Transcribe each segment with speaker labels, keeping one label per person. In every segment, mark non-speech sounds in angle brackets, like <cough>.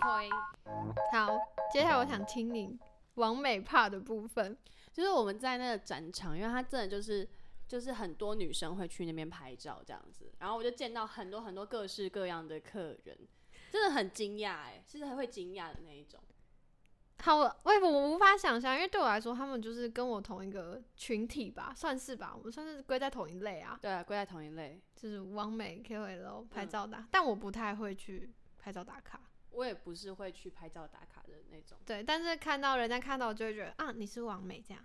Speaker 1: 噪音。
Speaker 2: 好，接下来我想听你完美怕的部分。
Speaker 1: 就是我们在那个展场，因为它真的就是就是很多女生会去那边拍照这样子，然后我就见到很多很多各式各样的客人，真的很惊讶哎，是会惊讶的那一种。
Speaker 2: 好，我我也我无法想象，因为对我来说，他们就是跟我同一个群体吧，算是吧，我们算是归在同一类啊，
Speaker 1: 对啊，归在同一类。
Speaker 2: 就是完美
Speaker 1: 嗯
Speaker 2: KOL 拍照打，但我不太会去拍照打卡。
Speaker 1: 我也不是会去拍照打卡的那种。
Speaker 2: 对，但是看到人家看到就会觉得啊，你是完美这样。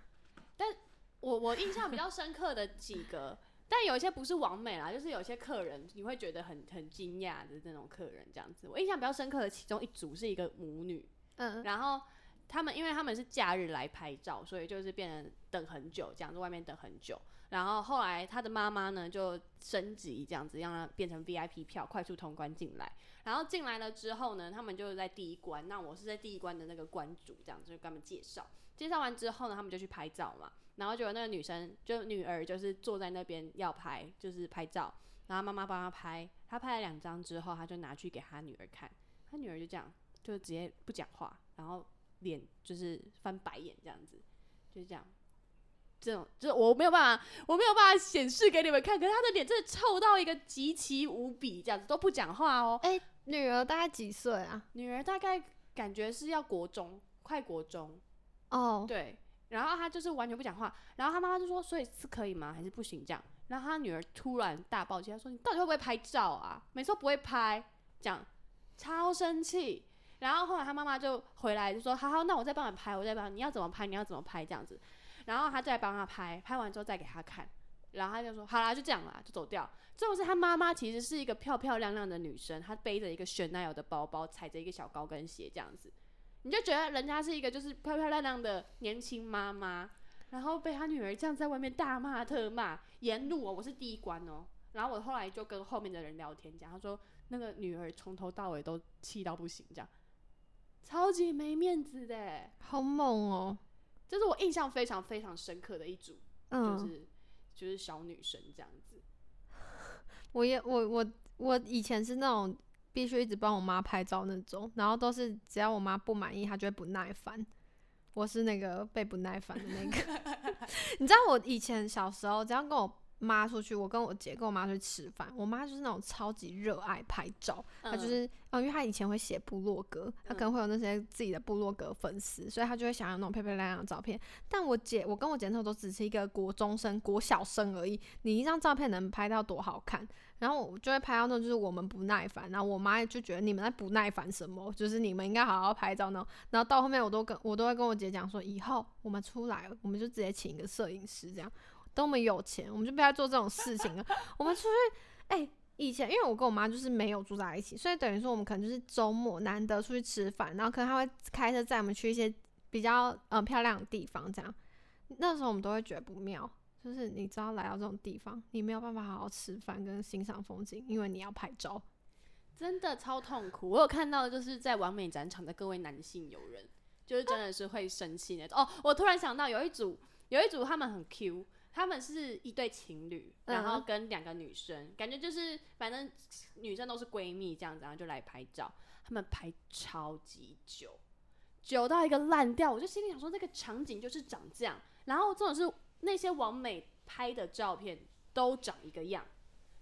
Speaker 1: 我我印象比较深刻的几个，但有一些不是完美啦，就是有些客人你会觉得很很惊讶的那种客人这样子。我印象比较深刻的其中一组是一个母女，
Speaker 2: 嗯，
Speaker 1: 然后他们因为他们是假日来拍照，所以就是变成等很久，这样在外面等很久。然后后来他的妈妈呢就升级这样子，让他变成 VIP 票，快速通关进来。然后进来了之后呢，他们就在第一关，那我是在第一关的那个关主，这样子就跟他们介绍。介绍完之后呢，他们就去拍照嘛。然后结果那个女生就女儿就是坐在那边要拍，就是拍照，然后妈妈帮她拍，她拍了两张之后，她就拿去给她女儿看，她女儿就这样就直接不讲话，然后脸就是翻白眼这样子，就是这样。这种就是我没有办法，我没有办法显示给你们看，可是她的脸真的臭到一个极其无比，这样子都不讲话哦。
Speaker 2: 女儿大概几岁啊？
Speaker 1: 女儿大概感觉是要国中，快国中，
Speaker 2: 哦，
Speaker 1: 对，然后他就是完全不讲话，然后他妈妈就说，所以是可以吗？还是不行这样？然后他女儿突然大抱歉，她说你到底会不会拍照啊？每次都不会拍，这样超生气。然后后来他妈妈就回来就说，好好，那我再帮你拍，我再帮你，你要怎么拍，你要怎么拍这样子。然后他再帮他拍，拍完之后再给他看，然后他就说好啦，就这样啦，就走掉。这种是他妈妈其实是一个漂漂亮亮的女生，她背着一个 Chanel 的包包，踩着一个小高跟鞋这样子。你就觉得人家是一个就是漂漂亮亮的年轻妈妈，然后被她女儿这样在外面大骂特骂，沿路哦，我是第一关哦。然后我后来就跟后面的人聊天讲，他说那个女儿从头到尾都气到不行，这样超级没面子的，
Speaker 2: 好猛哦。
Speaker 1: 这是我印象非常非常深刻的一组，
Speaker 2: 嗯，
Speaker 1: 就是就是小女生这样子。
Speaker 2: 我也我我我以前是那种必须一直帮我妈拍照那种，然后都是只要我妈不满意，她就会不耐烦。我是那个被不耐烦的那个。你知道我以前小时候，只要跟我妈出去，我跟我姐跟我妈出去吃饭，我妈就是那种超级热爱拍照，她就
Speaker 1: 嗯
Speaker 2: 是哦，因为她以前会写部落格，她可能会有那些自己的部落格粉丝，所以她就会想要那种漂漂亮亮的照片。但我姐，我跟我姐那时候都只是一个国中生、国小生而已，你一张照片能拍到多好看？然后我就会拍到那种就是我们不耐烦，然后我妈就觉得你们在不耐烦什么，就是你们应该好好拍照呢。然后到后面我都跟我都会跟我姐讲说，以后我们出来我们就直接请一个摄影师这样。等我们有钱，我们就不要做这种事情了。我们出去，哎、以前因为我跟我妈就是没有住在一起，所以等于说我们可能就是周末难得出去吃饭，然后可能她会开车载我们去一些比较呃漂亮的地方，这样。那时候我们都会觉得不妙，就是你知道来到这种地方，你没有办法好好吃饭跟欣赏风景，因为你要拍照。
Speaker 1: 真的超痛苦。我有看到，就是在完美展场的各位男性友人，就是真的是会生气那种。哦，我突然想到有一组，有一组他们很 Q，他们是一对情侣，
Speaker 2: 嗯
Speaker 1: 然后跟两个女生，感觉就是反正女生都是闺蜜这样子，然后就来拍照。他们拍超级久，久到一个烂掉，我就心里想说，那个场景就是长这样。然后这种是那些完美拍的照片都长一个样。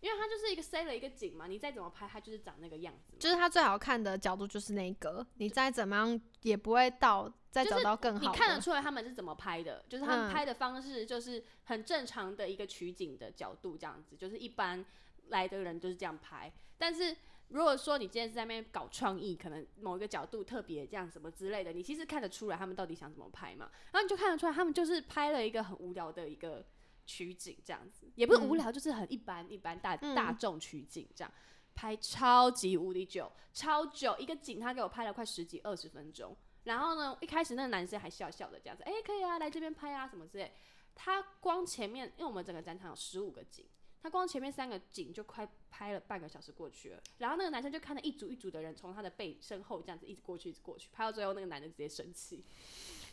Speaker 1: 因为它就是一个塞了一个景嘛，你再怎么拍，它就是长那个样子嘛。
Speaker 2: 就是它最好看的角度就是那一个，你再怎么样也不会到再
Speaker 1: 就是
Speaker 2: 找到更
Speaker 1: 你
Speaker 2: 好的。
Speaker 1: 看得出来他们是怎么拍的，就是他
Speaker 2: 嗯
Speaker 1: 们拍的方式就是很正常的一个取景的角度，这样子，就是一般来的人就是这样拍。但是如果说你今天是在那边搞创意，可能某一个角度特别这样什么之类的，你其实看得出来他们到底想怎么拍嘛。然后你就看得出来，他们就是拍了一个很无聊的一个取景，这样子，也不是无聊，就是很一般一般大
Speaker 2: 嗯
Speaker 1: 大众取景这样。拍超级无敌久，超久，一个景他给我拍了快十几二十分钟。然后呢，一开始那个男生还笑笑的这样子，哎、可以啊，来这边拍啊什么之类。他光前面，因为我们整个展场有十五个景，他光前面三个景就快拍了半个小时过去了。然后那个男生就看到一组一组的人从他的背身后这样子一直过去，一直过去，拍到最后那个男的直接生气，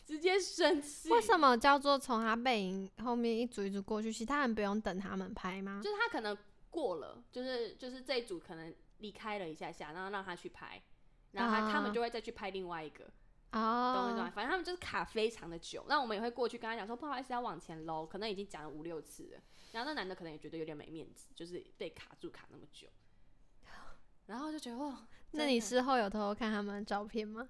Speaker 1: 直接生气。
Speaker 2: 为什么叫做从他背影后面一组一组过去，其他人不用等他们拍吗？
Speaker 1: 就是他可能过了，就是就是这一组可能离开了一下下，然后让他去拍，然后他他
Speaker 2: 啊
Speaker 1: 们就会再去拍另外一个，懂我意思吗
Speaker 2: 啊，？
Speaker 1: 反正他们就是卡非常的久，那我们也会过去跟他讲说，不好意思，要往前搂，可能已经讲了五六次了。然后那男的可能也觉得有点没面子，就是被卡住卡那么久，然后就觉得哦哇，
Speaker 2: 那
Speaker 1: 真
Speaker 2: 你
Speaker 1: 的
Speaker 2: 事后有偷偷看他们的照片吗？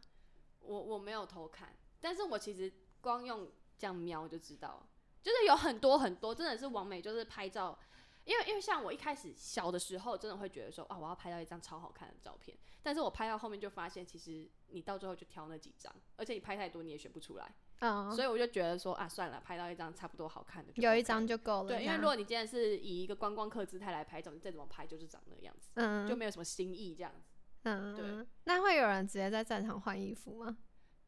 Speaker 1: 我我没有偷看，但是我其实光用这样瞄就知道，就是有很多很多真的是完美，就是拍照。因为因为像我一开始小的时候，真的会觉得说啊，我要拍到一张超好看的照片。但是我拍到后面就发现，其实你到最后就挑那几张，而且你拍太多你也选不出来。
Speaker 2: 嗯，
Speaker 1: 所以我就觉得说啊，算了，拍到一张差不多好看的就 OK 了，
Speaker 2: 有一张就够了这样。
Speaker 1: 对，因为如果你今天是以一个观光客姿态来拍照，你再怎么拍就是长那个样子，
Speaker 2: 嗯
Speaker 1: 就没有什么新意这样子。
Speaker 2: 嗯，
Speaker 1: 对
Speaker 2: 嗯那会有人直接在战场换衣服吗？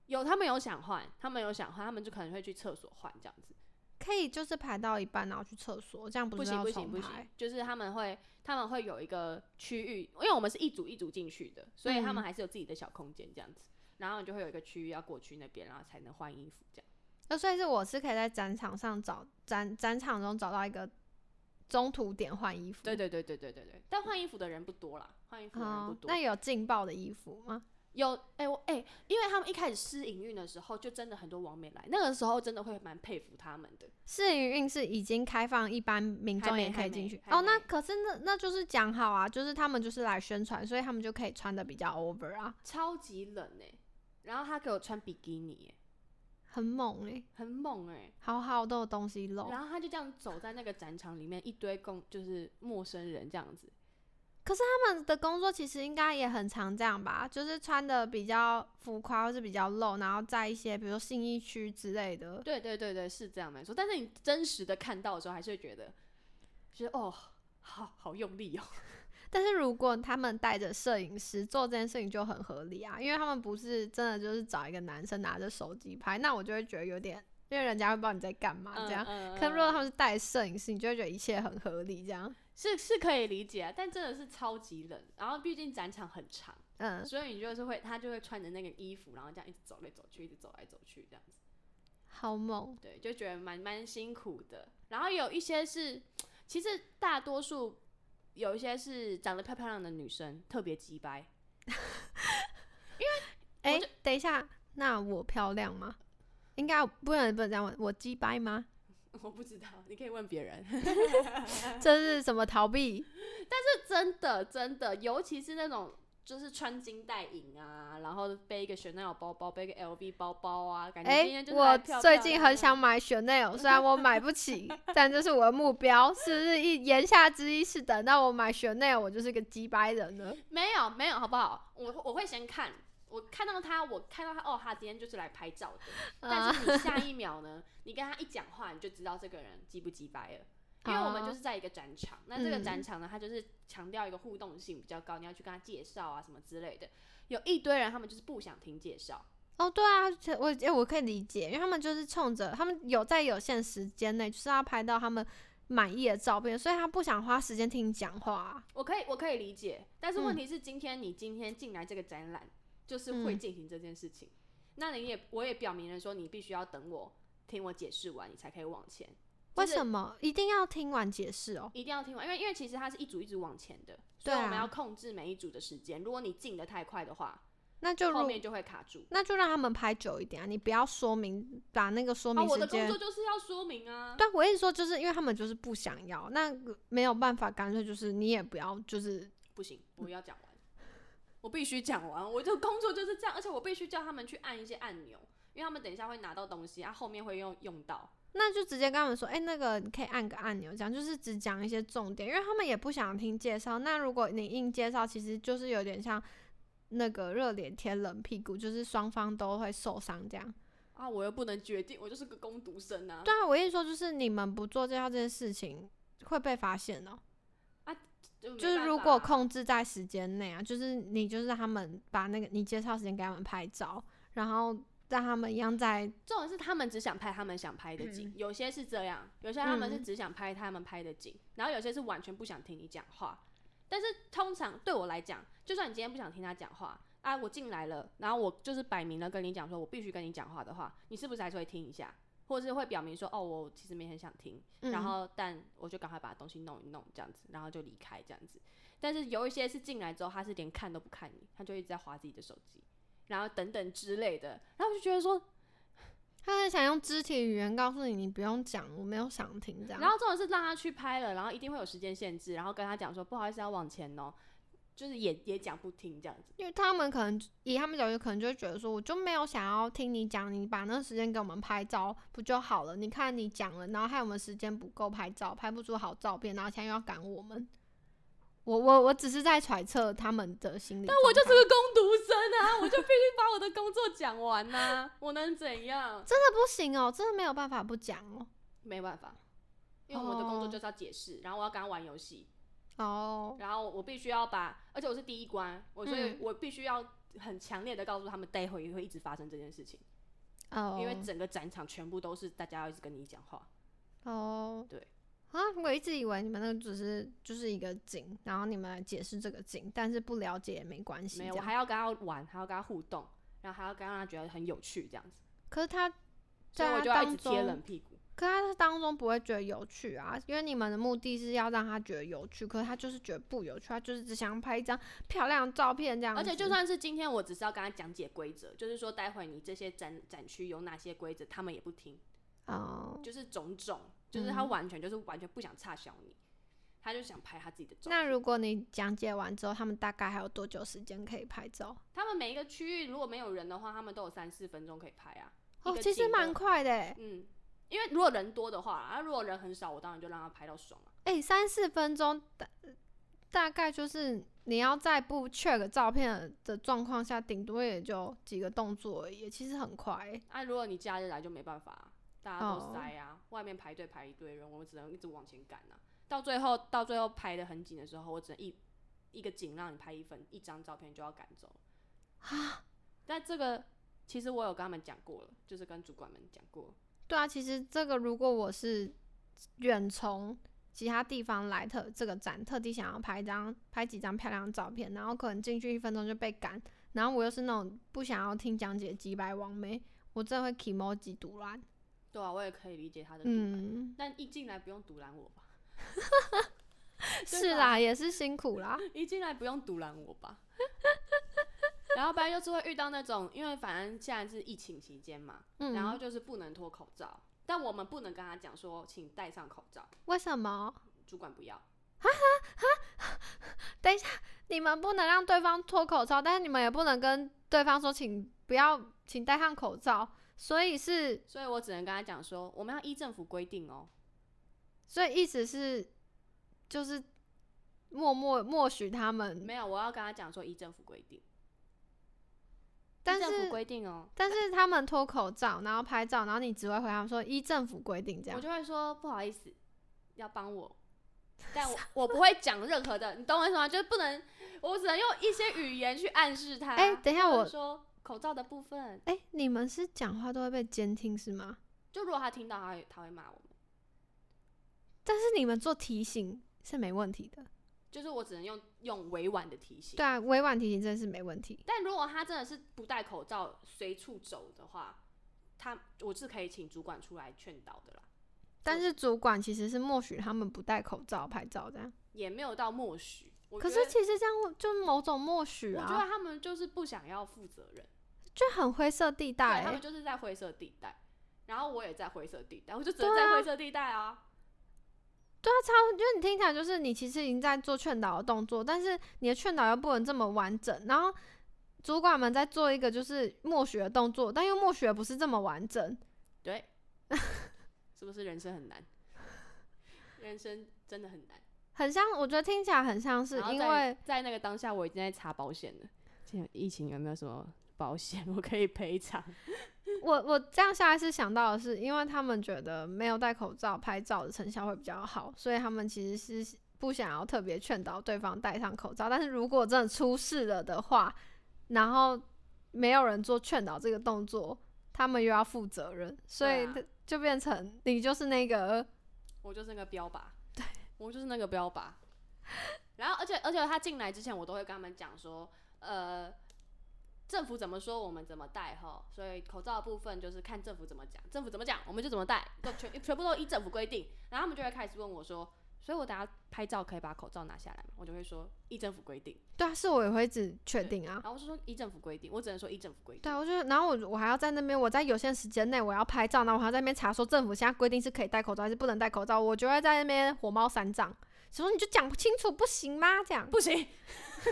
Speaker 1: 有他们有想换，他们有想换，他们就可能会去厕所换这样子。
Speaker 2: 可以就是排到一半然后去厕所，这样不
Speaker 1: 不
Speaker 2: 是
Speaker 1: 行
Speaker 2: 要
Speaker 1: 不行
Speaker 2: 重
Speaker 1: 不
Speaker 2: 排
Speaker 1: 行，就是他们会他们会有一个区域，因为我们是一组一组进去的，所以
Speaker 2: 嗯
Speaker 1: 他们还是有自己的小空间这样子。然后你就会有一个区域要过去那边，然后才能换衣服这样。
Speaker 2: 那所以是我是可以在战场上找战战场中找到一个中途点换衣服。
Speaker 1: 对对对对对对对，但换衣服的人不多啦，换衣服的人不
Speaker 2: 哦，
Speaker 1: 多。
Speaker 2: 那有劲爆的衣服吗？
Speaker 1: 有哎、我哎、因为他们一开始试营运的时候，就真的很多网美来，那个时候真的会蛮佩服他们的。
Speaker 2: 试营运是已经开放，一般民
Speaker 1: 还
Speaker 2: 众
Speaker 1: 没
Speaker 2: 也可
Speaker 1: 还
Speaker 2: 以进
Speaker 1: 没
Speaker 2: 去。
Speaker 1: 还
Speaker 2: 哦，那
Speaker 1: 没
Speaker 2: 可是那那就是讲好啊，就是他们就是来宣传，所以他们就可以穿的比较 over 啊，
Speaker 1: 超级冷哎、然后他给我穿比基尼、欸，
Speaker 2: 很猛欸诶、
Speaker 1: 很猛哎、
Speaker 2: 好好都有东西露。
Speaker 1: 然后他就这样走在那个展场里面，一堆共就是陌生人这样子，
Speaker 2: 他们的工作其实应该也很常这样吧，就是穿的比较浮夸或是比较露，然后在一些比如说信义区之类的，
Speaker 1: 对对对对，是这样没错。但是你真实的看到的时候，还是会觉得，觉得哦，好好用力哦。
Speaker 2: 但是如果他们带着摄影师做这件事情就很合理啊，因为他们不是真的就是找一个男生拿着手机拍，那我就会觉得有点，因为人家会不知道你在干嘛啊这样。
Speaker 1: 嗯嗯
Speaker 2: 可如果
Speaker 1: 嗯
Speaker 2: 他们是带摄影师，你就会觉得一切很合理这样。
Speaker 1: 是是可以理解、啊，但真的是超级冷。然后毕竟展场很长。
Speaker 2: 嗯，
Speaker 1: 所以你就是会，他就会穿着那个衣服，然后这样一直走来走去，一直走来走去这样子，
Speaker 2: 好猛，
Speaker 1: 对，就觉得蛮蛮辛苦的。然后有一些是，其实大多数有一些是长得漂漂亮的女生特别鸡掰， <laughs>
Speaker 2: 哎、等一下，那我漂亮吗？应该不能不能这样问，我鸡掰吗？
Speaker 1: 我不知道，你可以问别人。 <laughs>
Speaker 2: 这是什么逃避？
Speaker 1: 这真的真的，尤其是那种。就是穿金戴银啊，然后背一个 Chanel 包包，背一个 LV 包包啊，感觉
Speaker 2: 哎、
Speaker 1: 今天就是来
Speaker 2: 我
Speaker 1: 漂
Speaker 2: 最
Speaker 1: 漂
Speaker 2: 近
Speaker 1: 亮
Speaker 2: 很
Speaker 1: 亮
Speaker 2: 想买 Chanel，虽然我买不
Speaker 1: <laughs>
Speaker 2: 起，但这是我的目标，是不是一言下之意是等到我买 Chanel，我就是个鸡掰人了？
Speaker 1: 没有没有，好不好？我我会先看，我看到他，我看到他，哦，他今天就是来拍照的。但
Speaker 2: 啊
Speaker 1: 是你下一秒呢，你跟他一讲话，你就知道这个人鸡不鸡掰了。因为我们
Speaker 2: 哦
Speaker 1: 就是在一个展场，那这个
Speaker 2: 嗯
Speaker 1: 展场呢，它就是强调一个互动性比较高，你要去跟他介绍啊什么之类的。有一堆人他们就是不想听介绍，
Speaker 2: 哦，对啊，其实我哎、我可以理解，因为他们就是冲着他们有在有限时间内，就是要拍到他们满意的照片，所以他不想花时间听你讲话啊、
Speaker 1: 我可以我可以理解，但是问
Speaker 2: 嗯
Speaker 1: 题是今天你今天进来这个展览，就是会
Speaker 2: 嗯
Speaker 1: 进行这件事情。那你也我也表明了说，你必须要等我听我解释完，你才可以往前。就
Speaker 2: 为
Speaker 1: 是
Speaker 2: 什么一定要听完解释哦？
Speaker 1: 一定要听完，因为因为其实它是一组一组往前的，所
Speaker 2: 对
Speaker 1: 以
Speaker 2: 啊
Speaker 1: 我们要控制每一组的时间。如果你进的太快的话，
Speaker 2: 那就
Speaker 1: 后
Speaker 2: 如
Speaker 1: 面就会卡住。
Speaker 2: 那就让他们拍久一点啊，你不要说明把那个说
Speaker 1: 啊，
Speaker 2: 明
Speaker 1: 我
Speaker 2: 时
Speaker 1: 的工
Speaker 2: 间
Speaker 1: 作就是要说明啊。
Speaker 2: 但我一直说，就是因为他们就是不想要，那个没有办法，干脆就是你也不要，就是
Speaker 1: 不行，我要讲完，我必须讲完。我的工作就是这样，而且我必须叫他们去按一些按钮，因为他们等一下会拿到东西，啊，后面会用用到。
Speaker 2: 那就直接跟他们说，哎、那个你可以按个按钮，这样就是只讲一些重点，因为他们也不想听介绍。那如果你硬介绍，其实就是有点像那个热脸贴冷屁股，就是双方都会受伤这样。
Speaker 1: 啊，我又不能决定，我就是个工读生啊。
Speaker 2: 对啊，我一直说，就是你们不做介绍这件事情会被发现哦、
Speaker 1: 就没
Speaker 2: 就是
Speaker 1: 办
Speaker 2: 如
Speaker 1: 法
Speaker 2: 果
Speaker 1: 啊
Speaker 2: 控制在时间内啊，就是你就是让他们把那个你介绍时间给他们拍照，然后让他们一样在
Speaker 1: 这种是他们只想拍他们想拍的景，有些是这样，有些他们是
Speaker 2: 嗯
Speaker 1: 只想拍他们拍的景，然后有些是完全不想听你讲话。但是通常对我来讲，就算你今天不想听他讲话啊，我进来了，然后我就是摆明了跟你讲说，我必须跟你讲话的话，你是不是还是会听一下？或是会表明说哦，我其实没很想听，
Speaker 2: 嗯
Speaker 1: 然后但我就赶快把东西弄一弄这样子，然后就离开这样子。但是有一些是进来之后，他是连看都不看你，他就一直在划自己的手机，然后等等之类的，然后我就觉得说，
Speaker 2: 他很想用肢体语言告诉你，你不用讲，我没有想听这样。
Speaker 1: 然后这种是让他去拍了，然后一定会有时间限制，然后跟他讲说不好意思要往前哦，就是也也讲不听这样子。
Speaker 2: 因为他们可能以他们角度，可能就会觉得说，我就没有想要听你讲，你把那个时间给我们拍照不就好了？你看你讲了，然后害我们时间不够拍照，拍不出好照片，然后现在又要赶我们。我我我只是在揣测他们的心理状态，
Speaker 1: 我就是个工读生啊， <laughs> 我就必须把我的工作讲完呐、我能怎样？
Speaker 2: 真的不行哦，真的没有办法不讲哦。
Speaker 1: 没办法，因为我的工作
Speaker 2: 哦
Speaker 1: 就是要解释，然后我要跟他玩游戏，
Speaker 2: 哦，
Speaker 1: 然后我必须要把，而且我是第一关，我所以
Speaker 2: 嗯
Speaker 1: 我必须要很强烈的告诉他们，待会也会一直发生这件事情，
Speaker 2: 哦，
Speaker 1: 因为整个展场全部都是大家要一直跟你讲话，
Speaker 2: 哦，
Speaker 1: 对
Speaker 2: 啊，我一直以为你们那个只是就是一个景，然后你们来解释这个景，但是不了解也没关系。
Speaker 1: 没有，
Speaker 2: 这
Speaker 1: 我
Speaker 2: 样
Speaker 1: 还要跟他玩，还要跟他互动，然后还要跟他觉得很有趣这样子，
Speaker 2: 可是他
Speaker 1: 所以
Speaker 2: 在
Speaker 1: 我
Speaker 2: 他
Speaker 1: 就要一
Speaker 2: 当
Speaker 1: 直贴
Speaker 2: 中
Speaker 1: 冷屁股。
Speaker 2: 可他当中不会觉得有趣啊，因为你们的目的是要让他觉得有趣，可是他就是觉得不有趣，他就是只想拍一张 <laughs> 漂亮的照片这样子。
Speaker 1: 而且就算是今天，我只是要跟他讲解规则，就是说待会你这些展展区有哪些规则，他们也不听，
Speaker 2: 哦，
Speaker 1: 就是种种，就是他
Speaker 2: 嗯
Speaker 1: 完全就是完全不想插小你，他就想拍他自己的照片。
Speaker 2: 那如果你讲解完之后，他们大概还有多久时间可以拍照？
Speaker 1: 他们每一个区域如果没有人的话，他们都有三四分钟可以拍啊。一
Speaker 2: 哦，
Speaker 1: 个
Speaker 2: 其实
Speaker 1: 景的
Speaker 2: 蛮快的欸，
Speaker 1: 嗯，因为如果人多的话，啊，如果人很少，我当然就让他拍到爽啊。
Speaker 2: 哎、三四分钟大大概就是你要在不 check 照片的状况下，顶多也就几个动作而已，其实很快欸。
Speaker 1: 啊，如果你假日来就没办法、啊，大家
Speaker 2: 哦
Speaker 1: 都塞啊，外面排队排一堆人，我们只能一直往前赶啊。到最后，到最后排的很紧的时候，我只能一一个景让你拍一分一张照片就要赶走啊。但这个其实我有跟他们讲过了，就是跟主管们讲过了，
Speaker 2: 对啊，其实这个如果我是远从其他地方来特这个展，特地想要拍一张拍几张漂亮的照片，然后可能进去一分钟就被赶，然后我又是那种不想要听讲解几百网媒，我真的会 emoji 堵烂。
Speaker 1: 对啊，我也可以理解他的独揽，
Speaker 2: 嗯，
Speaker 1: <laughs> 但一进来不用阻拦我
Speaker 2: <laughs>
Speaker 1: 吧，啊
Speaker 2: 是啦，也是辛苦啦。
Speaker 1: 一进来不用阻拦我吧。 <laughs> 然后不然就是会遇到那种，因为反正现在是疫情期间嘛，
Speaker 2: 嗯，
Speaker 1: <laughs> 然后就是不能脱口罩，但我们不能跟他讲说，请戴上口罩，
Speaker 2: 为什么
Speaker 1: 主管不要。
Speaker 2: 你们不能让对方脱口罩，但是你们也不能跟对方说请不要，请戴上口罩。所以是，
Speaker 1: 所以我只能跟他讲说，我们要依政府规定哦。
Speaker 2: 所以意思是，就是默默默许他们
Speaker 1: 没有，我要跟他讲说依政府规定，
Speaker 2: 但
Speaker 1: 依政府
Speaker 2: 是
Speaker 1: 规定哦，
Speaker 2: 但是他们脱口罩，然后拍照，然后你只会回他们说依政府规定这
Speaker 1: 我
Speaker 2: 样。
Speaker 1: 就会说不好意思，要
Speaker 2: <laughs>
Speaker 1: 帮我，但我我不会讲任何的，你懂我意思吗？就是不能，我只能用一些语言去暗示他。
Speaker 2: 哎等一下
Speaker 1: 或者
Speaker 2: 我
Speaker 1: 说口罩的部分，
Speaker 2: 哎、你们是讲话都会被监听是吗？
Speaker 1: 就如果他听到，他会他会骂我们。
Speaker 2: 但是你们做提醒是没问题的。
Speaker 1: 就是我只能用用委婉的提醒。
Speaker 2: 对啊，委婉提醒真是没问题。
Speaker 1: 但如果他真的是不戴口罩随处走的话，他我是可以请主管出来劝导的啦，
Speaker 2: 但是主管其实是默许他们不戴口罩拍照这样。
Speaker 1: 也没有到默许。我
Speaker 2: 可
Speaker 1: 觉
Speaker 2: 是
Speaker 1: 得
Speaker 2: 其实这样就某种默许
Speaker 1: 我觉
Speaker 2: 啊，
Speaker 1: 得他们就是不想要负责任，
Speaker 2: 就很灰色地带、
Speaker 1: 对他
Speaker 2: 欸
Speaker 1: 们。就是在灰色地带，然后我也在灰色地带，我就只能在灰色地带啊。
Speaker 2: 对啊，超因为你听起来就是你其实已经在做劝导的动作，但是你的劝导又不能这么完整，然后主管们在做一个就是默许的动作，但又默许的不是这么完整。
Speaker 1: 对， <laughs> 是不是人生很难？人生真的很难。
Speaker 2: 很像，我觉得听起来很像是
Speaker 1: 然后
Speaker 2: 因
Speaker 1: 在
Speaker 2: 为
Speaker 1: 在那个当下，我已经在查保险了，现在疫情有没有什么保险 <laughs> 我可以赔偿？
Speaker 2: 我我这样下意识想到的是，因为他们觉得没有戴口罩拍照的成效会比较好，所以他们其实是不想要特别劝导对方戴上口罩。但是如果真的出事了的话，然后没有人做劝导这个动作，他们又要负责任，所以
Speaker 1: 对
Speaker 2: 就变成你就是那个
Speaker 1: 我就是那个标靶，对，我就是那个标靶。然后，而且而且他进来之前，我都会跟他们讲说，呃，政府怎么说，我们怎么戴哈。所以口罩的部分就是看政府怎么讲，政府怎么讲，我们就怎么戴，都全全部都依政府规定。然后他们就会开始问我说，所以我等下拍照可以把口罩拿下来吗？我就会说依政府规定。
Speaker 2: 对啊，是我也会一直确定啊
Speaker 1: 然。后我就说依政府规定，我只能说依政府规定。
Speaker 2: 对啊，我就然后我我还要在那边，我在有限时间内我要拍照，然后我还要在那边查说政府现在规定是可以戴口罩还是不能戴口罩，我就会在那边火冒三丈，想说你就讲不清楚不行吗？这样，
Speaker 1: 不行， <laughs>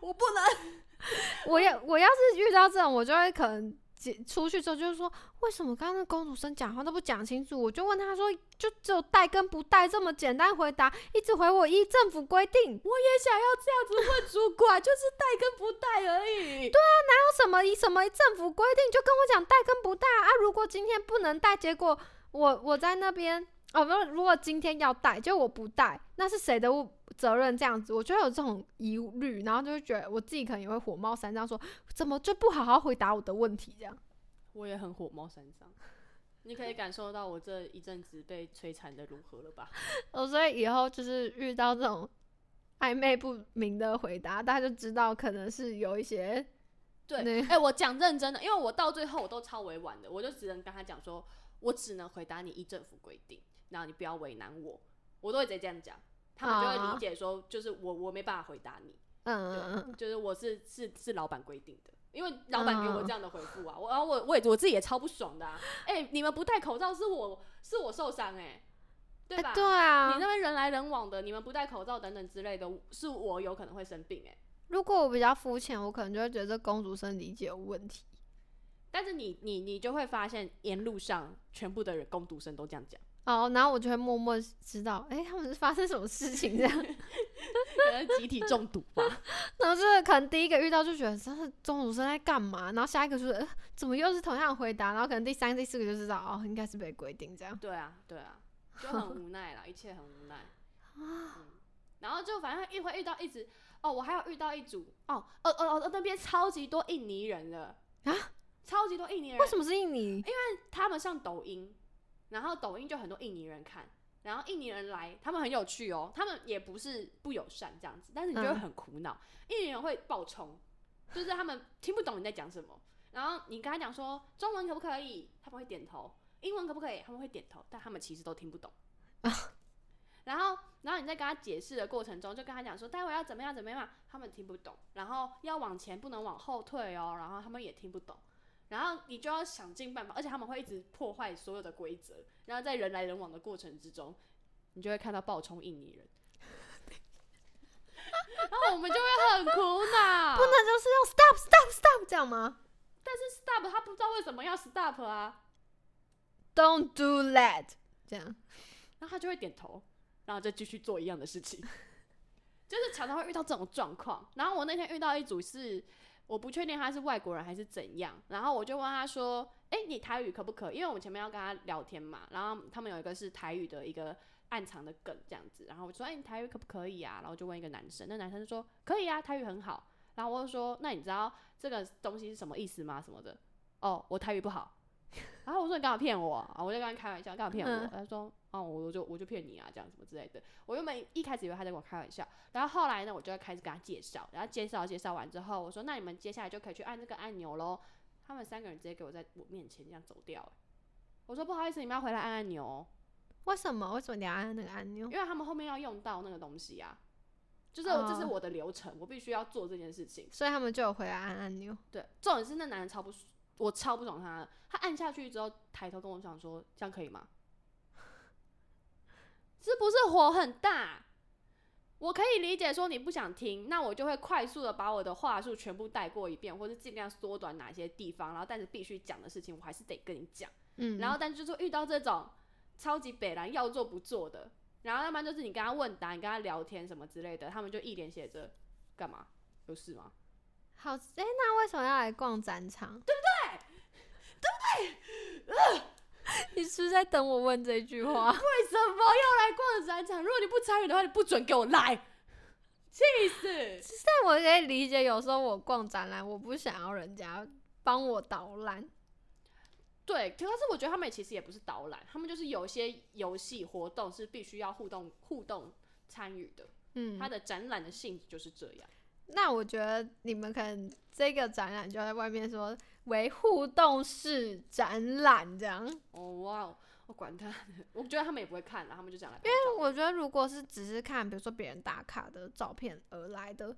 Speaker 1: 我不能。 <laughs>
Speaker 2: 我要我要是遇到这种，我就会可能解。出去之后就是说，为什么刚刚那公主生讲话都不讲清楚？我就问他说，就只有戴跟不戴这么简单回答，一直回我依政府规定，
Speaker 1: 我也想要这样子问主管，就是戴跟不戴而已。对，
Speaker 2: 什么以什么政府规定，就跟我讲戴跟不戴啊。啊如果今天不能戴，结果我我在那边哦，不，如果今天要戴，就我不戴，那是谁的责任？这样子，我就会有这种疑虑，然后就会觉得我自己可能也会火冒三丈说，怎么就不好好回答我的问题？这样
Speaker 1: 我也很火冒三 <laughs> 丈。你可以感受到我这一阵子被摧残的如何了吧？
Speaker 2: 哦，所以以后就是遇到这种暧昧不明的回答，大家就知道可能是有一些
Speaker 1: 对，
Speaker 2: 对
Speaker 1: 哎、我讲认真的，因为我到最后我都超委婉的，我就只能跟他讲说，我只能回答你依政府规定，然后你不要为难我，我都会直接这样讲，他们就会理解说，就是我我没办法回答你，
Speaker 2: 嗯
Speaker 1: 对
Speaker 2: 嗯嗯，
Speaker 1: 就是我是是是老板规定的，因为老板给我这样的回复 <laughs> 啊，我然后我我也我自己也超不爽的啊，哎、你们不戴口罩是我是我受伤哎、对
Speaker 2: 哎
Speaker 1: 吧？
Speaker 2: 对啊，
Speaker 1: 你那边人来人往的，你们不戴口罩等等之类的，是我有可能会生病哎、
Speaker 2: 如果我比较肤浅，我可能就会觉得这公主生理解有问题。
Speaker 1: 但是你你你就会发现，沿路上全部的人攻读生都这样 <laughs> 讲，
Speaker 2: 哦，然后我就会默默知道，哎、他们是发生什么事情这样。 <laughs>
Speaker 1: 可能集体中毒吧。
Speaker 2: 然后就是可能第一个遇到就觉得这是中毒生在干嘛，然后下一个就是、呃、怎么又是同样的回答，然后可能第三、第四个就知道哦，应该是被规定这样。
Speaker 1: 对啊，对啊，就很无奈啦，一 <laughs> 切很无奈。嗯，然后就反正一会遇到一直哦，我还有遇到一组哦，哦哦哦，那边超级多印尼人的
Speaker 2: 啊，
Speaker 1: 超级多印尼人
Speaker 2: 为，什么是印尼？
Speaker 1: 他们上抖音，然后抖音就很多印尼人看，然后印尼人来，他们很有趣哦，他们也不是不友善这样子，但是你就会
Speaker 2: 嗯
Speaker 1: 很苦恼，印尼人会爆冲，就是他们听不懂你在讲什么，然后你跟他讲说中文可不可以，他们会点头，英文可不可以，他们会点头， <laughs> 但他们其实都听不懂。然后，然后你在跟他解释的过程中，就跟他讲说，待会要怎么样怎么样，他们听不懂，然后要往前不能往后退哦，然后他们也听不懂，然后你就要想尽办法，而且他们会一直破坏所有的规则，然后在人来人往的过程之中，你就会看到暴冲印尼人，然后我们就会很苦恼，不能
Speaker 2: 那就是用 stop stop stop 这样吗
Speaker 1: stop，他不知道为什么要 stop 啊，
Speaker 2: ？Don't do that 这样。
Speaker 1: 然后他就会点头，然后再继续做一样的事情， <laughs> 就是常常会遇到这种状况。然后我那天遇到一组是，我不确定他是外国人还是怎样，然后我就问他说：“哎、你台语可不可以？”因为我们前面要跟他聊天嘛，然后他们有一个是台语的一个暗藏的梗这样子，然后我就说：“哎、你台语可不可以啊？”然后我就问一个男生，那男生就说：“可以啊，台语很好。”然后我就说：“那你知道这个东西是什么意思吗？什么的？”哦，我台语不好。 <laughs> 然后我说你干嘛骗我啊？我就跟他开玩笑，干嘛骗我？
Speaker 2: 嗯
Speaker 1: 他说哦，我就我就骗你啊，这样什么之类的。我原本一开始以为他在跟我开玩笑，然后后来呢，我就开始跟他介绍，然后介绍介绍完之后，我说那你们接下来就可以去按这个按钮喽。他们三个人直接给我在我面前这样走掉、欸我说不好意思，你们要回来按按钮、哦，
Speaker 2: 为什么？为什么你要按那个按钮？
Speaker 1: 因为他们后面要用到那个东西啊。就是我这是
Speaker 2: 哦
Speaker 1: 我的流程，我必须要做这件事情。
Speaker 2: 所以他们就有回来按按钮。
Speaker 1: 对，重点是那男人超不爽，我超不爽他的。他按下去之后，抬头跟我讲说：“这样可以吗？” <laughs> 是不是火很大？我可以理解说你不想听，那我就会快速的把我的话术全部带过一遍，或是尽量缩短哪些地方，然后但是必须讲的事情我还是得跟你讲。
Speaker 2: 嗯，
Speaker 1: 然后但就是遇到这种超级北蓝要做不做的，然后要不然就是你跟他问答，你跟他聊天什么之类的，他们就一脸写着干嘛？有事吗？
Speaker 2: 好，哎、那为什么要来逛展场？对不对？ <laughs> 对不对？你是不是在等我问这句话？
Speaker 1: 为什么要来逛展场？如果你不参与的话，你不准给我来，气死！
Speaker 2: 但 <laughs> 我可以理解，有时候我逛展览，我不想要人家帮我导览。
Speaker 1: <laughs> 对，可是我觉得他们其实也不是导览，他们就是有些游戏活动是必须要互动互动参与的，
Speaker 2: 嗯
Speaker 1: 它，的展览的性质就是这样。
Speaker 2: 那我觉得你们可能这个展览就在外面说为互动式展览这样。
Speaker 1: 哦哇哦，我管他的，我觉得他们也不会看啦，他们就这样来拍
Speaker 2: 但
Speaker 1: 照。
Speaker 2: 我觉得如果是只是看，比如说别人打卡的照片而来的，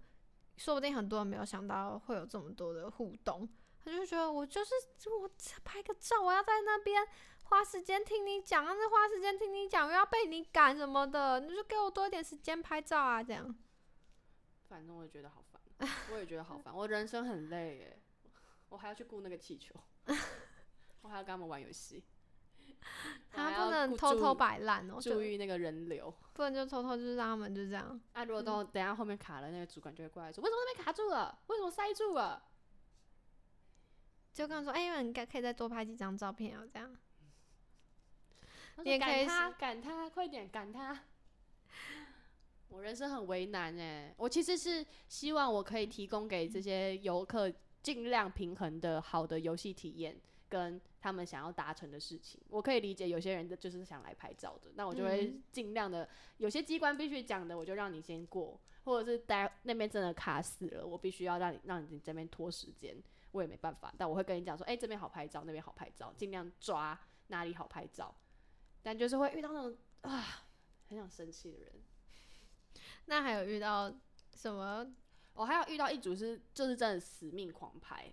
Speaker 2: 说不定很多人没有想到会有这么多的互动，他就觉得我就是我拍个照，我要在那边花时间听你讲，但是花时间听你讲又要被你赶什么的，你就给我多一点时间拍照啊，这样。
Speaker 1: 反正我也觉得好烦，我也觉得好烦，我人生很累耶，我还要去顾那个
Speaker 2: <laughs>
Speaker 1: 气球，我还要跟他们玩游戏，我还
Speaker 2: 他
Speaker 1: 要
Speaker 2: 不能
Speaker 1: 顾
Speaker 2: 偷
Speaker 1: 注
Speaker 2: 偷
Speaker 1: 意
Speaker 2: 摆烂哦，就
Speaker 1: 注意那个人流。
Speaker 2: 不能就偷偷就是让他们就这样。
Speaker 1: 啊，如果
Speaker 2: 嗯
Speaker 1: 到等一下后面卡了，那个主管就会过来说：“为什么那边卡住了？为什么塞住了
Speaker 2: 就跟他说，哎、你们该可以再多拍几张照片哦，这样。？”
Speaker 1: 他
Speaker 2: 你也
Speaker 1: 说
Speaker 2: 可
Speaker 1: 赶
Speaker 2: 以
Speaker 1: 他，赶他，快点赶他！我人生很为难哎，我其实是希望我可以提供给这些游客尽量平衡的好的游戏体验，跟他们想要达成的事情。我可以理解有些人的就是想来拍照的，那我就会
Speaker 2: 嗯
Speaker 1: 尽量的，有些机关必须讲的，我就让你先过，或者是待那边真的卡死了，我必须要让你让你这边拖时间，我也没办法。但我会跟你讲说，哎、这边好拍照，那边好拍照，尽量抓哪里好拍照。但就是会遇到那种啊，很想生气的人。
Speaker 2: 那还有遇到什么？
Speaker 1: 我、还有遇到一组是就是真的死命狂拍，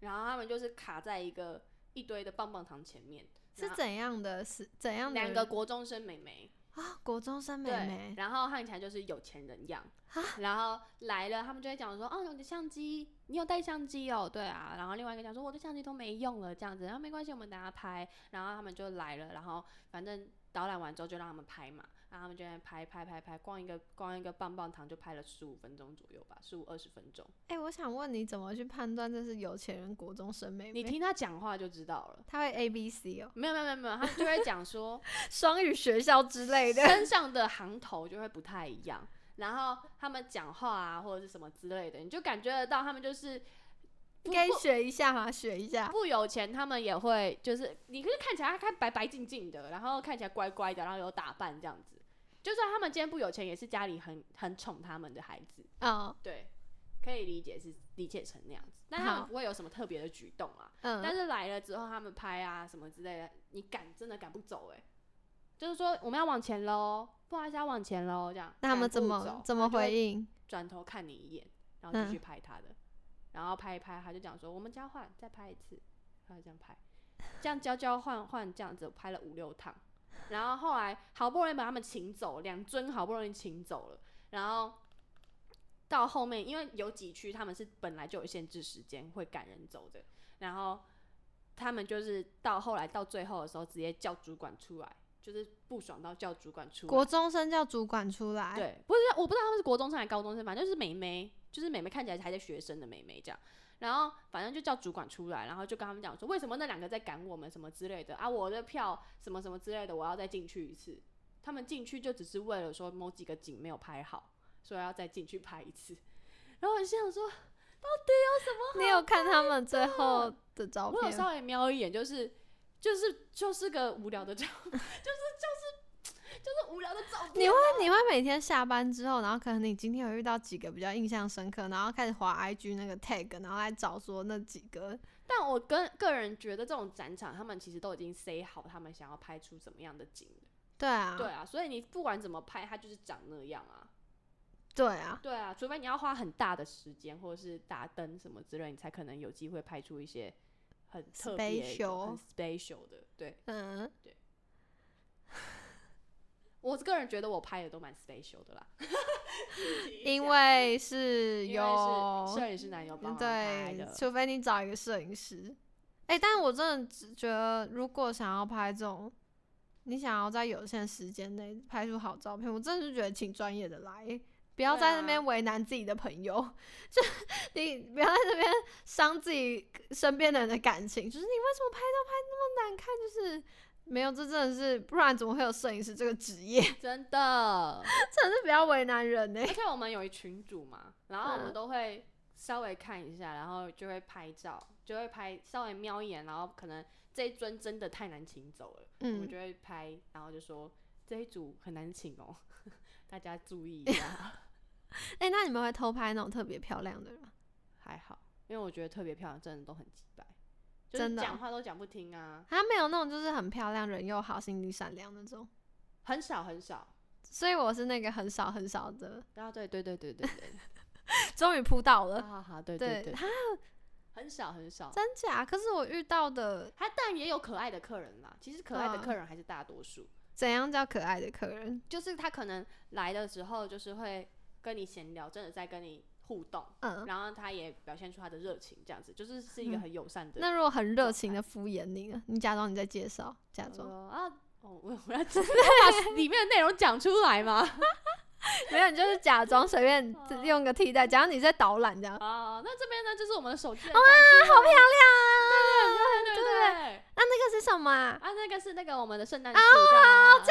Speaker 1: 然后他们就是卡在一个一堆的棒棒糖前面，
Speaker 2: 是
Speaker 1: 然后
Speaker 2: 怎样的？是怎样的
Speaker 1: 两
Speaker 2: 人？
Speaker 1: 个国中生妹妹，
Speaker 2: 啊，国中生妹
Speaker 1: 对，
Speaker 2: 妹，
Speaker 1: 然后看起来就是有钱人样，然后来了，他们就会讲说，哦，你的相机，你有带相机哦，对啊，然后另外一个讲说，我的相机都没用了，这样子，然后没关系，我们等下拍，然后他们就来了，然后反正导览完之后就让他们拍嘛，然后他们就在拍拍拍拍，光一个光一个棒棒糖就拍了十五分钟左右吧，十五二十分钟，
Speaker 2: 哎、我想问你怎么去判断这是有钱人国中生妹妹？
Speaker 1: 你听他讲话就知道了。
Speaker 2: 他会 A B C
Speaker 1: <laughs>
Speaker 2: 哦，
Speaker 1: 没有没有没有没有，他们就会讲说，
Speaker 2: 双语学校之类的。
Speaker 1: 身上的行头就会不太一样，然后他们讲话啊或者是什么之类的，你就感觉得到他们就是不
Speaker 2: 可以
Speaker 1: 不
Speaker 2: 学一下嘛，学一下。
Speaker 1: 不有钱，他们也会就是你可是看起来他看白白净净的，然后看起来乖乖的，然后有打扮这样子，就算他们今天不有钱，也是家里很很宠他们的孩子，
Speaker 2: 嗯
Speaker 1: 对，可以理解是理解成那样子，但他
Speaker 2: 好
Speaker 1: 们不会有什么特别的举动啊。但
Speaker 2: 嗯，
Speaker 1: 是来了之后，他们拍啊什么之类的，你赶真的赶不走哎、就是说我们要往前喽，不好意思要往前喽，这样。
Speaker 2: 那他们
Speaker 1: 赶
Speaker 2: 怎
Speaker 1: 不
Speaker 2: 么
Speaker 1: 走
Speaker 2: 怎么？
Speaker 1: 他就
Speaker 2: 回
Speaker 1: 会
Speaker 2: 应？
Speaker 1: 转头看你一眼，然后继
Speaker 2: 嗯
Speaker 1: 续拍他的，然后拍一拍，他就讲说我们交换，再拍一次，他就这样拍，这样交交换换这样子拍了五六趟，然后后来好不容易把他们请走，两尊好不容易请走了，然后。到后面，因为有几区他们是本来就有限制时间会赶人走的，然后他们就是到后来到最后的时候，直接叫主管出来，就是不爽到叫主管出来。
Speaker 2: 国中生叫主管出来。，
Speaker 1: 啊对，不是我不知道他们是国中生还是高中生，反正就是妹妹，就是妹妹看起来还在学生的妹妹这样。然后反正就叫主管出来，然后就跟他们讲说，为什么那两个在赶我们什么之类的啊，我的票什么什么之类的，我要再进去一次。他们进去就只是为了说某几个景没有拍好，所以要再进去拍一次。然后我就想说，
Speaker 2: 你有看他们最后的照
Speaker 1: 哦我有
Speaker 2: 片吗？
Speaker 1: 稍微瞄一眼，就是就是就是个无聊的照，就是就是就是无聊的照片。
Speaker 2: 你会你会每天下班之后，然后可能你今天有遇到几个比较印象深刻，然后开始划 IG 那个 tag，然后来找说那几个
Speaker 1: 但我跟个人觉得，这种展场他们其实都已经 say 好，他们想要拍出怎么样的景了。
Speaker 2: 对啊，
Speaker 1: 对啊，所以你不管怎么拍，它就是长那样啊。
Speaker 2: 对啊，
Speaker 1: 对啊，除非你要花很大的时间，或者是打灯什么之类，你才可能有机会拍出一些很特别的、
Speaker 2: Special
Speaker 1: 很 special 的。对
Speaker 2: 嗯，
Speaker 1: 我个人觉得，我拍的都蛮 special 的啦。
Speaker 2: 因为是
Speaker 1: 因为
Speaker 2: 有
Speaker 1: 是摄影师男友帮忙拍
Speaker 2: 对
Speaker 1: 的，，
Speaker 2: 除非你找一个摄影师。哎、但我真的只觉得，如果想要拍这种，你想要在有限时间内拍出好照片，我真的是觉得请专业的来，不要
Speaker 1: 对
Speaker 2: 在
Speaker 1: 啊
Speaker 2: 那边为难自己的朋友， <laughs> 就你不要在那边伤自己身边的人的感情。就是你为什么拍照拍那么难看？就是没有，这真的是，不然怎么会有摄影师这个职业？
Speaker 1: <laughs>
Speaker 2: <laughs>
Speaker 1: 真的。
Speaker 2: 真的是不要为难人呢、
Speaker 1: 而且我们有一群组嘛，然后我们
Speaker 2: 欸嗯
Speaker 1: 都会稍微看一下，然后就会拍照，就会拍稍微瞄一眼，然后可能这一尊真的太难请走了，我们
Speaker 2: 嗯，
Speaker 1: 就会 <laughs>
Speaker 2: <laughs>
Speaker 1: 拍，然后就说这一组很难请哦，大家注意一下。
Speaker 2: 哎、那你们会偷拍那种特别漂亮的人吗？
Speaker 1: 还好，因为我觉得特别漂亮，真的都很鸡掰，就是
Speaker 2: 真的哦
Speaker 1: 讲话都讲不听啊，
Speaker 2: 他没有那种就是很漂亮、人又好、心地善良那种。
Speaker 1: 很少很少。
Speaker 2: 所以我是那个很少很少的，
Speaker 1: 啊，对对对对对对，
Speaker 2: 终于扑到
Speaker 1: 啊
Speaker 2: 了。
Speaker 1: 好好对
Speaker 2: 呃对
Speaker 1: 对对，
Speaker 2: 他
Speaker 1: 很少很少。
Speaker 2: 真假？可是我遇到的
Speaker 1: 他但也有可爱的客人啦，其实可爱的
Speaker 2: 嗯
Speaker 1: 客人还是大多数，
Speaker 2: 怎样叫可爱的客人？
Speaker 1: 就是他可能来的时候就是会跟你闲聊，真的在跟你互动，
Speaker 2: 嗯，
Speaker 1: 然后他也表现出他的热情，这样子就是是一个
Speaker 2: 嗯
Speaker 1: 很友善的。
Speaker 2: 那如果很热情的敷衍你呢？你假装你在介绍，假
Speaker 1: 他说
Speaker 2: 装、
Speaker 1: 啊，哦，我我要真的把里面的内容讲出来
Speaker 2: <laughs>
Speaker 1: 吗？
Speaker 2: 没有，你就是假装随便
Speaker 1: 哦
Speaker 2: 用个替代，假装你在导览这样。
Speaker 1: 啊，那这边呢就是我们的手机
Speaker 2: 哦
Speaker 1: 的照片，
Speaker 2: <laughs>
Speaker 1: 哇，好漂啊亮，对对对对对。
Speaker 2: 那那个是什么啊？
Speaker 1: 啊，那个是那个我们的圣诞树，这样
Speaker 2: 哦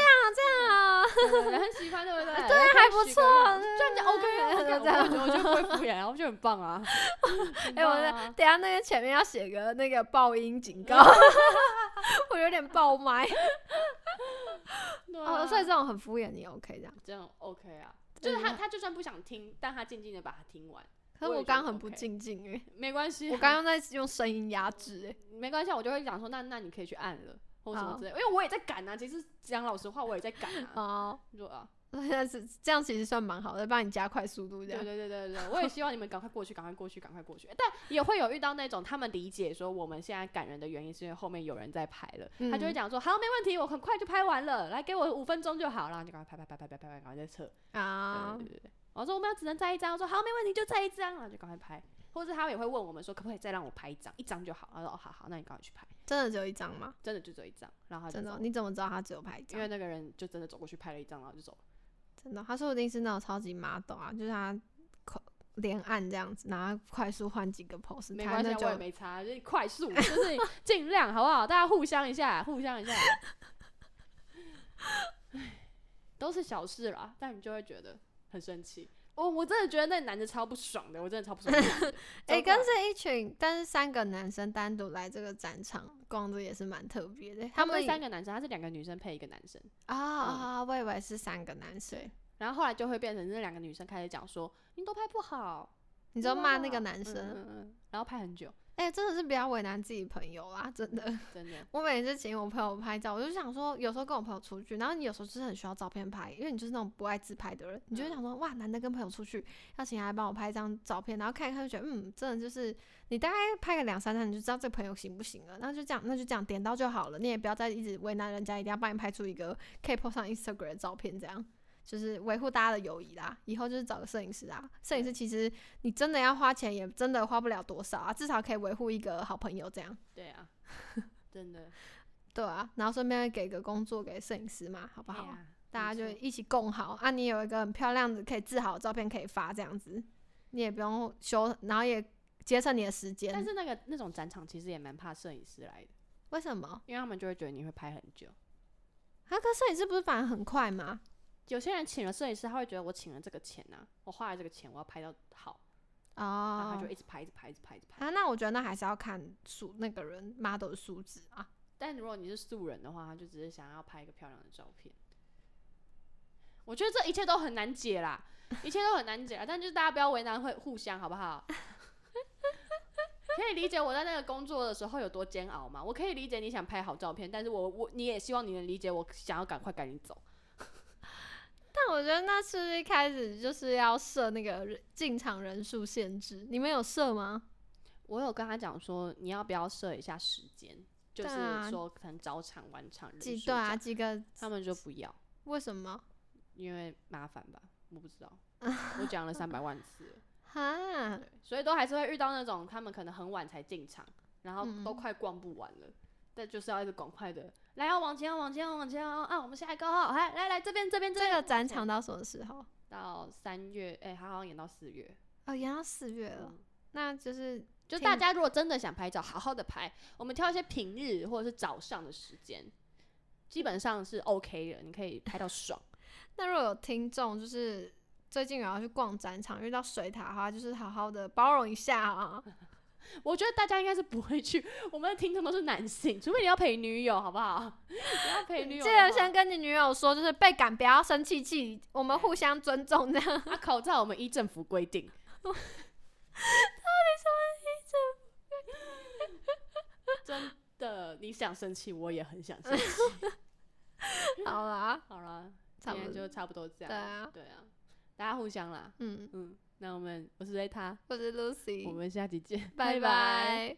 Speaker 1: 啊
Speaker 2: 啊，
Speaker 1: 对对对，很喜欢，对不对？对，
Speaker 2: 还不错
Speaker 1: 这样就 OK 啊
Speaker 2: 对
Speaker 1: OK，
Speaker 2: 这样
Speaker 1: 我觉得我觉得不会敷衍啊，我觉得很棒啊。
Speaker 2: <laughs>
Speaker 1: 很
Speaker 2: 哎、我
Speaker 1: <laughs> 棒
Speaker 2: 在
Speaker 1: 啊
Speaker 2: 等一下那个前面要写个那个爆音警告，
Speaker 1: 嗯
Speaker 2: <laughs> 我有点爆麦。
Speaker 1: 对啊
Speaker 2: 哦，所以这种很敷衍你 OK 这样。
Speaker 1: 这样 OK 啊，就
Speaker 2: 对
Speaker 1: 是他
Speaker 2: 那
Speaker 1: 他就算不想听，但他静静的把它听完，
Speaker 2: 可是
Speaker 1: 我也
Speaker 2: 我
Speaker 1: 觉
Speaker 2: 刚
Speaker 1: 得
Speaker 2: 很不
Speaker 1: OK
Speaker 2: 静静
Speaker 1: <laughs>
Speaker 2: 哎，
Speaker 1: 没关系。
Speaker 2: 我刚刚在用声音压制哎、
Speaker 1: 没关系啊，我就会讲说，那那你可以去按了。或什么
Speaker 2: 哦
Speaker 1: 之类，因为我也在赶啊。其实讲老实话，我也在赶啊。
Speaker 2: <laughs> 哦，
Speaker 1: 对啊，
Speaker 2: 那是这样其实算蛮好的，帮你加快速度这
Speaker 1: 对啊
Speaker 2: 样。
Speaker 1: 对对对对，我也希望你们赶快过去，赶快过去，赶快过去。 <laughs> 但也会有遇到那种他们理解说我们现在赶人的原因是因为后面有人在排了，他就
Speaker 2: 嗯
Speaker 1: 会讲说好，没问题，我很快就拍完了，来给我五分钟就好，然后就赶快拍拍拍拍拍拍拍，赶快再撤。
Speaker 2: 啊
Speaker 1: 对，对对对，我说我们要只能再一张，我说好，没问题，就再一张，啊然后就赶快拍。或者他也会问我们说可不可以再让我拍一张，一张就好。然后说哦好好，那你赶快去拍，
Speaker 2: 真的只有一张吗？
Speaker 1: 真的就只有一张，然后他
Speaker 2: 真
Speaker 1: 就
Speaker 2: 的哦、
Speaker 1: 走。
Speaker 2: 你怎么知道他只有拍一
Speaker 1: 因
Speaker 2: 张
Speaker 1: 为？那个人就真的走过去拍了一张，然后就走了。
Speaker 2: 真的哦，他说不定是那种超级 model 啊，就是他快连按这样子，然后快速换几个 pose，
Speaker 1: 没
Speaker 2: 他
Speaker 1: 关系
Speaker 2: 那
Speaker 1: 啊，我也
Speaker 2: 就。
Speaker 1: 没差，就是快速， <laughs> 就是尽量好不好？大家互相一下，互相一下。都是小事啦，但你就会觉得很生气。我我真的觉得那男的超不爽的，我真的超不爽那男的
Speaker 2: <laughs> 哎、
Speaker 1: 走过
Speaker 2: 跟
Speaker 1: 来
Speaker 2: 这一群，但是三个男生单独来这个展场逛着也是蛮特别的。
Speaker 1: 他
Speaker 2: 他
Speaker 1: 们
Speaker 2: 们
Speaker 1: 是三个男生，他是两个女生配一个男生，
Speaker 2: 啊啊、我以为是三个男生
Speaker 1: 对，然后后来就会变成那两个女生开始讲说，你都拍不好，
Speaker 2: 你知道
Speaker 1: 哇
Speaker 2: 骂那个男
Speaker 1: 嗯
Speaker 2: 生，
Speaker 1: 嗯嗯然后拍很久，
Speaker 2: 哎、真的是不要为难自己朋友啦，真的。
Speaker 1: 真的。
Speaker 2: 我每次请我朋友拍照，我就想说，有时候跟我朋友出去，然后你有时候就是很需要照片拍，因为你就是那种不爱自拍的人，你就会想说，哇，难得跟朋友出去，要请他来帮我拍一张照片，然后看一看就觉得，嗯，真的就是你大概拍个两三张，你就知道这朋友行不行了，然后就这样，那就这样点到就好了，你也不要再一直为难人家，一定要帮你拍出一个可以 po 上 Instagram 的照片，这样就是维护大家的友谊啦。以后就是找个摄影师啊，摄影师其实你真的要花钱，也真的花不了多少啊，至少可以维护一个好朋友这样。
Speaker 1: 对啊，真的，
Speaker 2: 对啊，然后顺便给个工作给摄影师嘛，好不
Speaker 1: 对
Speaker 2: 好？
Speaker 1: 啊
Speaker 2: 大家
Speaker 1: 没
Speaker 2: 就
Speaker 1: 错
Speaker 2: 一起共好啊！你有一个很漂亮的可以自豪的照片可以发，这样子你也不用修，然后也节省你的时间。
Speaker 1: 但是那个那种展场其实也蛮怕摄影师来的，
Speaker 2: 为什么？
Speaker 1: 因为他们就会觉得你会拍很久。
Speaker 2: 啊，可摄影师不是反而很快吗？
Speaker 1: 有些人请了摄影师，他会觉得我请了这个钱啊，我花了这个钱，我要拍到好，然后
Speaker 2: 哦
Speaker 1: 他就，一直拍，一直拍，一直拍，一直拍。
Speaker 2: 啊，那我觉得那还是要看素那个人 model 的素质啊。
Speaker 1: 但如果你是素人的话，他就只是想要拍一个漂亮的照片。我觉得这一切都很难解啦，一切都很难解啦。但就是大家不要为难，会互相好不好？ <laughs> 可以理解我在那个工作的时候有多煎熬吗？我可以理解你想拍好照片，但是我我你也希望你能理解我想要赶快赶紧走。
Speaker 2: 但我觉得那是不是一开始就是要设那个人进场人数限制？你们有设吗？
Speaker 1: 我有跟他讲说，你要不要设一下时间，就
Speaker 2: 对啊
Speaker 1: 是说可能早场晚场人
Speaker 2: 几对
Speaker 1: 数这
Speaker 2: 啊？
Speaker 1: 样
Speaker 2: 几个？
Speaker 1: 他们就不要，
Speaker 2: 为什么？
Speaker 1: 因为麻烦吧，我不知
Speaker 2: <laughs>
Speaker 1: 道，我讲了三百万次了，
Speaker 2: 哈，
Speaker 1: 对，所以都还是会遇到那种他们可能很晚才进场，然后都
Speaker 2: 嗯
Speaker 1: 快逛不完了，但就是要一直赶快的，来要往前要往前要往前哦啊，我们下一个号，来来来这边这边这
Speaker 2: 这
Speaker 1: 边
Speaker 2: 个展场到什么时候？
Speaker 1: 到三月，哎、他好像演到四月，
Speaker 2: 哦，延到四月了，
Speaker 1: 嗯
Speaker 2: 那就是
Speaker 1: 就
Speaker 2: 听
Speaker 1: 大家如果真的想拍照，好好的拍，我们挑一些平日或者是早上的时间，基本上是 OK 的，你可以拍到爽。
Speaker 2: 那如果有听众就是最近有要去逛展场，遇到水塔的话，就是好好的包容一下啊。
Speaker 1: 我觉得大家应该是不会去，我们的听众都是男性，除非你要陪女友，好不好？ <laughs> 你要陪 <laughs> 女友
Speaker 2: 记
Speaker 1: 好不好，
Speaker 2: 得先跟你女友说，就是被赶不要生气气，我们互相尊重这样。 <laughs>
Speaker 1: 啊，口罩我们依政府规定。到底什么依政府？真的，你想生气，我也很想生 <laughs> 气。
Speaker 2: 好啦，
Speaker 1: 好啦，今
Speaker 2: 差不
Speaker 1: 天
Speaker 2: 多。
Speaker 1: 就差不多这样。
Speaker 2: 对啊
Speaker 1: 对啊，大家互相啦。
Speaker 2: 嗯，
Speaker 1: 嗯，那我们我是瑞塔，
Speaker 2: 我是
Speaker 1: 我
Speaker 2: Lucy，
Speaker 1: 们下集见，
Speaker 2: 拜拜。